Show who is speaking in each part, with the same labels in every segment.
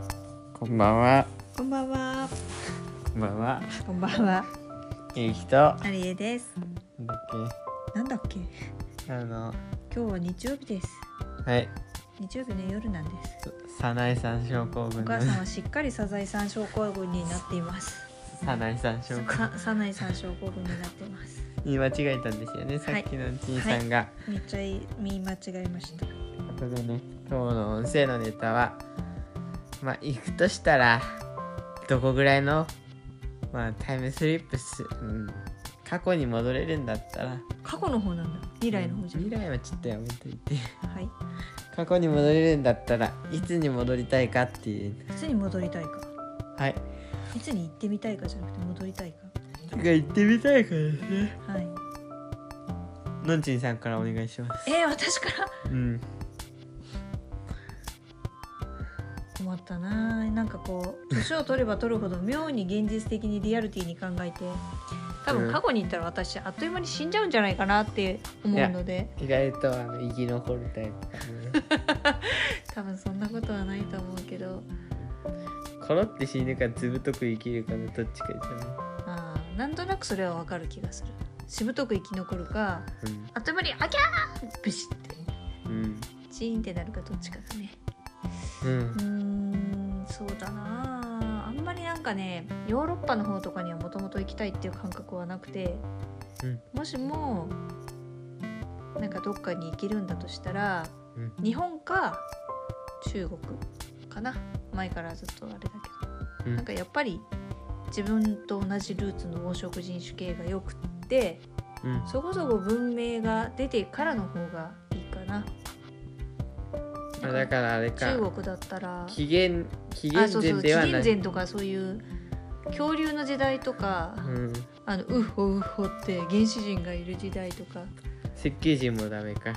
Speaker 1: ばんは。
Speaker 2: こんばんは。
Speaker 1: こんばんは。
Speaker 2: こんばんは。
Speaker 1: ゆうきと。なんだ
Speaker 2: ありえです。
Speaker 1: っ
Speaker 2: なんだっけ。
Speaker 1: け。あの。
Speaker 2: 今日は日曜日です。
Speaker 1: はい。
Speaker 2: 日曜日の夜なんです。
Speaker 1: そ早苗さん症候群
Speaker 2: お
Speaker 1: の
Speaker 2: 母。さんはしっかりサザエさん症候群になっています。
Speaker 1: 早苗さん症候群。
Speaker 2: さ、サナイさん症候群になってます。
Speaker 1: 言い間違えたんですよね。さっきのちいさんが。
Speaker 2: めっちゃい見間違えました。
Speaker 1: ということでね。今日の音声のネタは。まあ、行くとしたら。どこぐらいの。まあ、タイムスリップす。うん。過去に戻れるんだったら。
Speaker 2: 過去の方なんだ。未来の方じゃん。
Speaker 1: 未来はちょっとやめといて。
Speaker 2: はい。
Speaker 1: 過去に戻れるんだったらいつに戻りたいかっていう
Speaker 2: いつに戻りたいか。
Speaker 1: はい
Speaker 2: いつに行ってみたいかじゃなくて戻りたいか。
Speaker 1: 行ってみたいからですね
Speaker 2: はい。
Speaker 1: のんちんさんからお願いします
Speaker 2: えー、私から。
Speaker 1: うん
Speaker 2: 困ったなあなんかこう年を取れば取るほど妙に現実的にリアルティに考えて多
Speaker 1: うん
Speaker 2: 分過去に行ったら私あっという間に死んじゃうんじゃないかなって思うので
Speaker 1: 意外とあの生き残るタイプかもね
Speaker 2: 多分そんなことはないと思うけど
Speaker 1: コロって死ぬかずぶとく生きるかのどっちかじ
Speaker 2: あーなんとなくそれはわかる気がするしぶとく生き残るか
Speaker 1: ゃない
Speaker 2: あっという間にあきゃーブシって
Speaker 1: うん
Speaker 2: チーンってなるかどっちかだね
Speaker 1: うん、う
Speaker 2: うーんそうだなああんまりなんかねヨーロッパの方とかにはもともと行きたいっていう感覚はなくて、
Speaker 1: うん
Speaker 2: もしもなんかどっかに行けるんだとしたら
Speaker 1: うん
Speaker 2: 日本か中国かな前からずっとあれだけ
Speaker 1: う
Speaker 2: ど、
Speaker 1: ん
Speaker 2: なんかやっぱり自分と同じルーツの黄色人種系がよくって
Speaker 1: うん
Speaker 2: そこそこ文明が出てからの方がいいかな
Speaker 1: あだからあれか
Speaker 2: 中国だったら
Speaker 1: 紀元紀
Speaker 2: あそう
Speaker 1: 元
Speaker 2: そう
Speaker 1: 前
Speaker 2: 紀
Speaker 1: ではな
Speaker 2: 元
Speaker 1: い
Speaker 2: 前とかそういう恐竜の時代とか、
Speaker 1: うん
Speaker 2: あのウッホウッホって原始人がいる時代とか
Speaker 1: 設計人もダメか、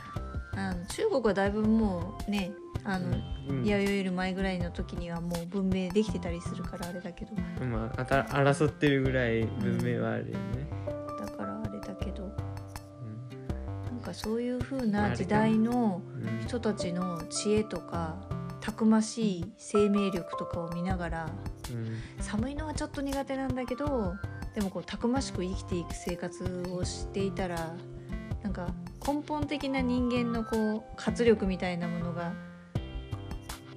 Speaker 2: あの中国はだいぶもうねあの、
Speaker 1: うん、
Speaker 2: 弥生より前ぐらいの時にはもう文明できてたりするからあれだけど
Speaker 1: まああた争ってるぐらい文明はあるよね、
Speaker 2: だからあれだけど
Speaker 1: うん
Speaker 2: なんかそういう風な時代の
Speaker 1: うん
Speaker 2: 人たちの知恵とかたくましい生命力とかを見ながら
Speaker 1: うん
Speaker 2: 寒いのはちょっと苦手なんだけどでもこうたくましく生きていく生活をしていたらなんか根本的な人間のこう活力みたいなものが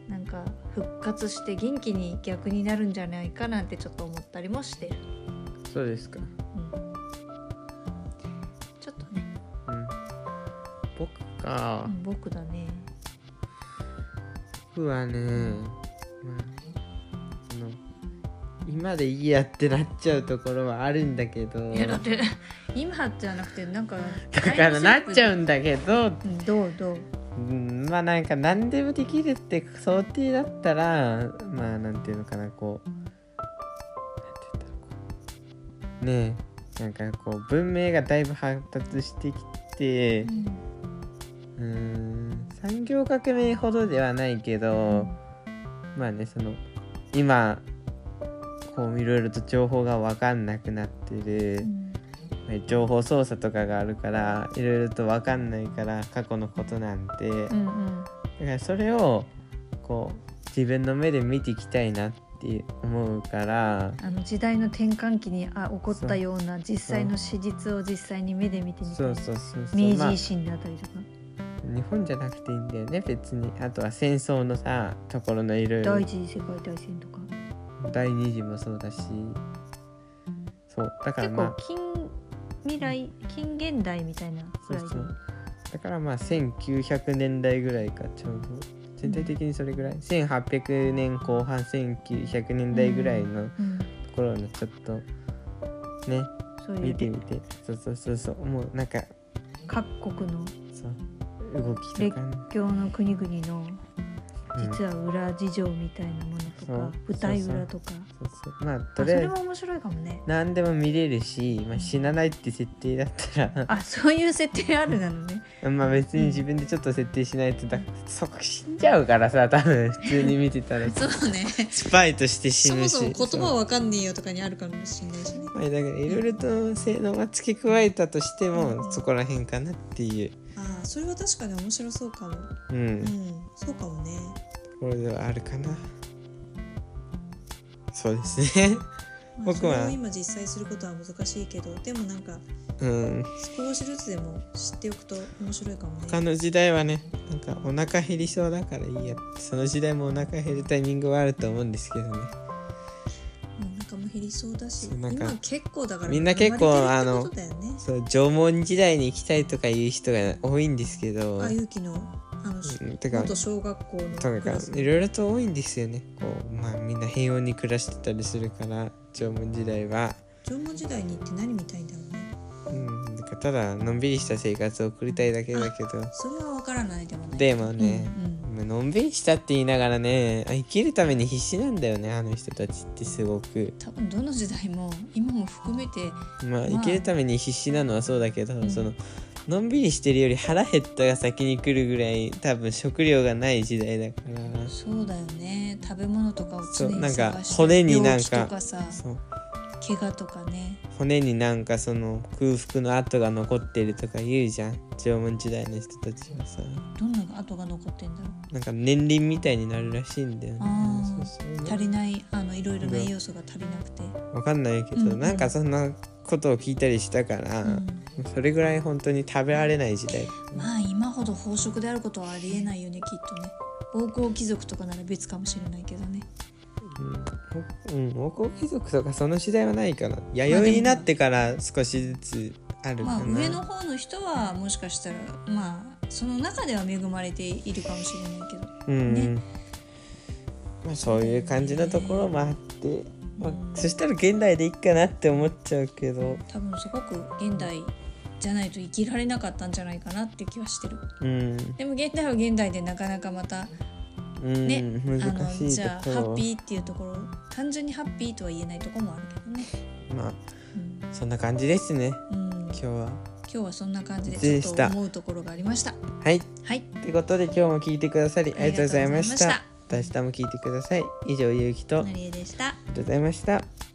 Speaker 2: なんか復活して元気に逆になるんじゃないかなんてちょっと思ったりもしてる、
Speaker 1: そうですか
Speaker 2: うん、ちょっとね、
Speaker 1: うん僕か、
Speaker 2: うん、僕だね
Speaker 1: 僕はね、まあ、その今でいいやってなっちゃうところはあるんだけど
Speaker 2: いやだって今じゃなくてなんか
Speaker 1: だからなっちゃ
Speaker 2: う、
Speaker 1: うんだけど、
Speaker 2: うん、どうどう
Speaker 1: うん、まあなんか何でもできるって想定だったらまあなんていうのかなこうなんて言ったらこうねえなんかこう文明がだいぶ発達してきて、
Speaker 2: うん
Speaker 1: うーん産業革命ほどではないけど、まあねその今こういろいろと情報が分かんなくなって
Speaker 2: う
Speaker 1: る、
Speaker 2: ん
Speaker 1: 情報操作とかがあるからいろいろと分かんないから過去のことなんて、
Speaker 2: う
Speaker 1: だか
Speaker 2: んうん
Speaker 1: らそれをこう自分の目で見ていきたいなって思うから
Speaker 2: あの時代の転換期にあ起こっ
Speaker 1: そ
Speaker 2: た
Speaker 1: う
Speaker 2: ような実際の史実を実際に目で見てみたい
Speaker 1: そうそうそうそう、
Speaker 2: 明治
Speaker 1: まあ
Speaker 2: 維新であたりとか、
Speaker 1: 日本じゃなくていいんだよね別にあとは戦争のさところのいろいろ
Speaker 2: 第一次世界大戦とか、
Speaker 1: 第2次もそうだしそうだからまあ
Speaker 2: 結構近未来近現代みたいなぐらいで
Speaker 1: そうそうだからまあ1900年代ぐらいかちょうど全体的にそれぐらい、1800年後半1900年代ぐらいのと
Speaker 2: うん
Speaker 1: ころのちょっとね、
Speaker 2: そうい
Speaker 1: 見て
Speaker 2: う
Speaker 1: みてそうそうそうそうもうなんか
Speaker 2: 各国の
Speaker 1: そう動きとかね、
Speaker 2: 今日の国々の
Speaker 1: うん
Speaker 2: 実は裏事情みたいなものとか、
Speaker 1: そう
Speaker 2: 舞台裏とか
Speaker 1: そうそうまあと
Speaker 2: あ
Speaker 1: りあ
Speaker 2: そ
Speaker 1: え
Speaker 2: れ
Speaker 1: ず
Speaker 2: も面白いかもね
Speaker 1: 何でも見れるし、まあ、死なないって設定だったら
Speaker 2: あそういう設定あるな のね
Speaker 1: まあ別に自分でちょっと設定しないとだそこ死んじゃうからさ多分普通に見てたら
Speaker 2: そ うね
Speaker 1: スパイとして死ぬしそう
Speaker 2: わかんねえよとかにあるかもしれないしね
Speaker 1: まあだからいろいろと性能が付け加えたとしても、
Speaker 2: うん
Speaker 1: そこら辺かなっていう、
Speaker 2: ああそれは確かに面白そうかも
Speaker 1: うん
Speaker 2: うんそうかもね
Speaker 1: ところではあるかなそうですね
Speaker 3: まあ
Speaker 1: 僕は
Speaker 3: それを今実際することは難しいけどでもなんか
Speaker 1: うん
Speaker 3: 少しずつでも知っておくと面白いかもね
Speaker 1: 他の時代はねなんかお腹減りそうだからいいやってその時代もお腹減るタイミングはあると思うんですけどね
Speaker 3: うんお腹も減りそうだし
Speaker 1: そうなんか
Speaker 3: 今結構だから
Speaker 1: みんな結構
Speaker 3: 生まれてるってことだよね
Speaker 1: そう縄文時代に行きたいとかいう人が多いんですけど
Speaker 3: あゆきのあの、
Speaker 1: うんてか
Speaker 3: 元小学校
Speaker 1: と
Speaker 3: のク
Speaker 1: か
Speaker 3: ラス
Speaker 1: いろいろと多いんですよねこうまあみんな平穏に暮らしてたりするから縄文時代は、
Speaker 3: 縄文時代に行って何みたいんだろうね
Speaker 1: うん、なんかただのんびりした生活を送りたいだけだけど
Speaker 3: それは分からないでもない
Speaker 1: でも
Speaker 3: うん
Speaker 1: ね、
Speaker 3: うん
Speaker 1: まあのんびりしたって言いながらね生きるために必死なんだよねあの人たちってすごく
Speaker 2: 多分どの時代も今も含めて
Speaker 1: まあ
Speaker 2: まあ
Speaker 1: 生きるために必死なのはそうだけど、
Speaker 2: ん
Speaker 1: そののんびりしてるより腹減ったが先に来るぐらい多分食料がない時代だから
Speaker 2: そうだよね食べ物とかを常
Speaker 1: そう
Speaker 2: に
Speaker 1: な
Speaker 2: 探
Speaker 1: ん
Speaker 2: して
Speaker 1: か骨になんか
Speaker 2: 病気とかさ
Speaker 1: そう
Speaker 2: 怪我とかね
Speaker 1: 骨になんかその空腹の跡が残ってるとか言うじゃん縄文時代の人たちはさ
Speaker 2: どんな跡が残ってんだろ
Speaker 1: なんか年輪みたいになるらしいんだよね
Speaker 2: あー
Speaker 1: そう
Speaker 2: う
Speaker 1: そう
Speaker 2: 足りないあのいろいろな栄養素が足りなくて、
Speaker 1: わかんないけど、
Speaker 2: うんうん
Speaker 1: なんかそんなことを聞いたりしたから、
Speaker 2: うん
Speaker 1: それぐらい本当に食べられない時代
Speaker 2: まあ今ほど飽食であることはありえないよねきっとね王侯貴族とかなら別かもしれないけどね
Speaker 1: うん、王侯貴族とかその時代はないかな弥生になってから少しずつある
Speaker 2: ま
Speaker 1: か
Speaker 2: あ
Speaker 1: な、
Speaker 2: 上の方の人はもしかしたらまあその中では恵まれているかもしれないけど
Speaker 1: うん、
Speaker 2: ね
Speaker 1: まあ、そういう感じのところもあって、まあ、そしたら現代でいいかなって思っちゃうけど
Speaker 2: 多分すごく現代じゃないと生きられなかったんじゃないかなって気はしてる
Speaker 1: うん、
Speaker 2: でも現代は現代でなかなかまた
Speaker 1: うん
Speaker 2: ねあ
Speaker 1: 難
Speaker 2: の
Speaker 1: しい
Speaker 2: じ
Speaker 1: と
Speaker 2: ゃあハ
Speaker 1: ころ
Speaker 2: ッピーっていうところ単純にハッピーとは言えないところもあるけどね、
Speaker 1: まあそんな感じですね
Speaker 2: うんうん、今
Speaker 1: 今日は。
Speaker 2: 日はそんな感じ
Speaker 1: で
Speaker 2: でちょ
Speaker 1: し
Speaker 2: ったと思うところがありました
Speaker 1: はい
Speaker 2: はい
Speaker 1: ということで今日も聞いてくださりありがとうございました
Speaker 2: ありがとうございま
Speaker 1: また明日も聞いてください以上ゆうきとあり
Speaker 2: 成江でした
Speaker 1: がとうございました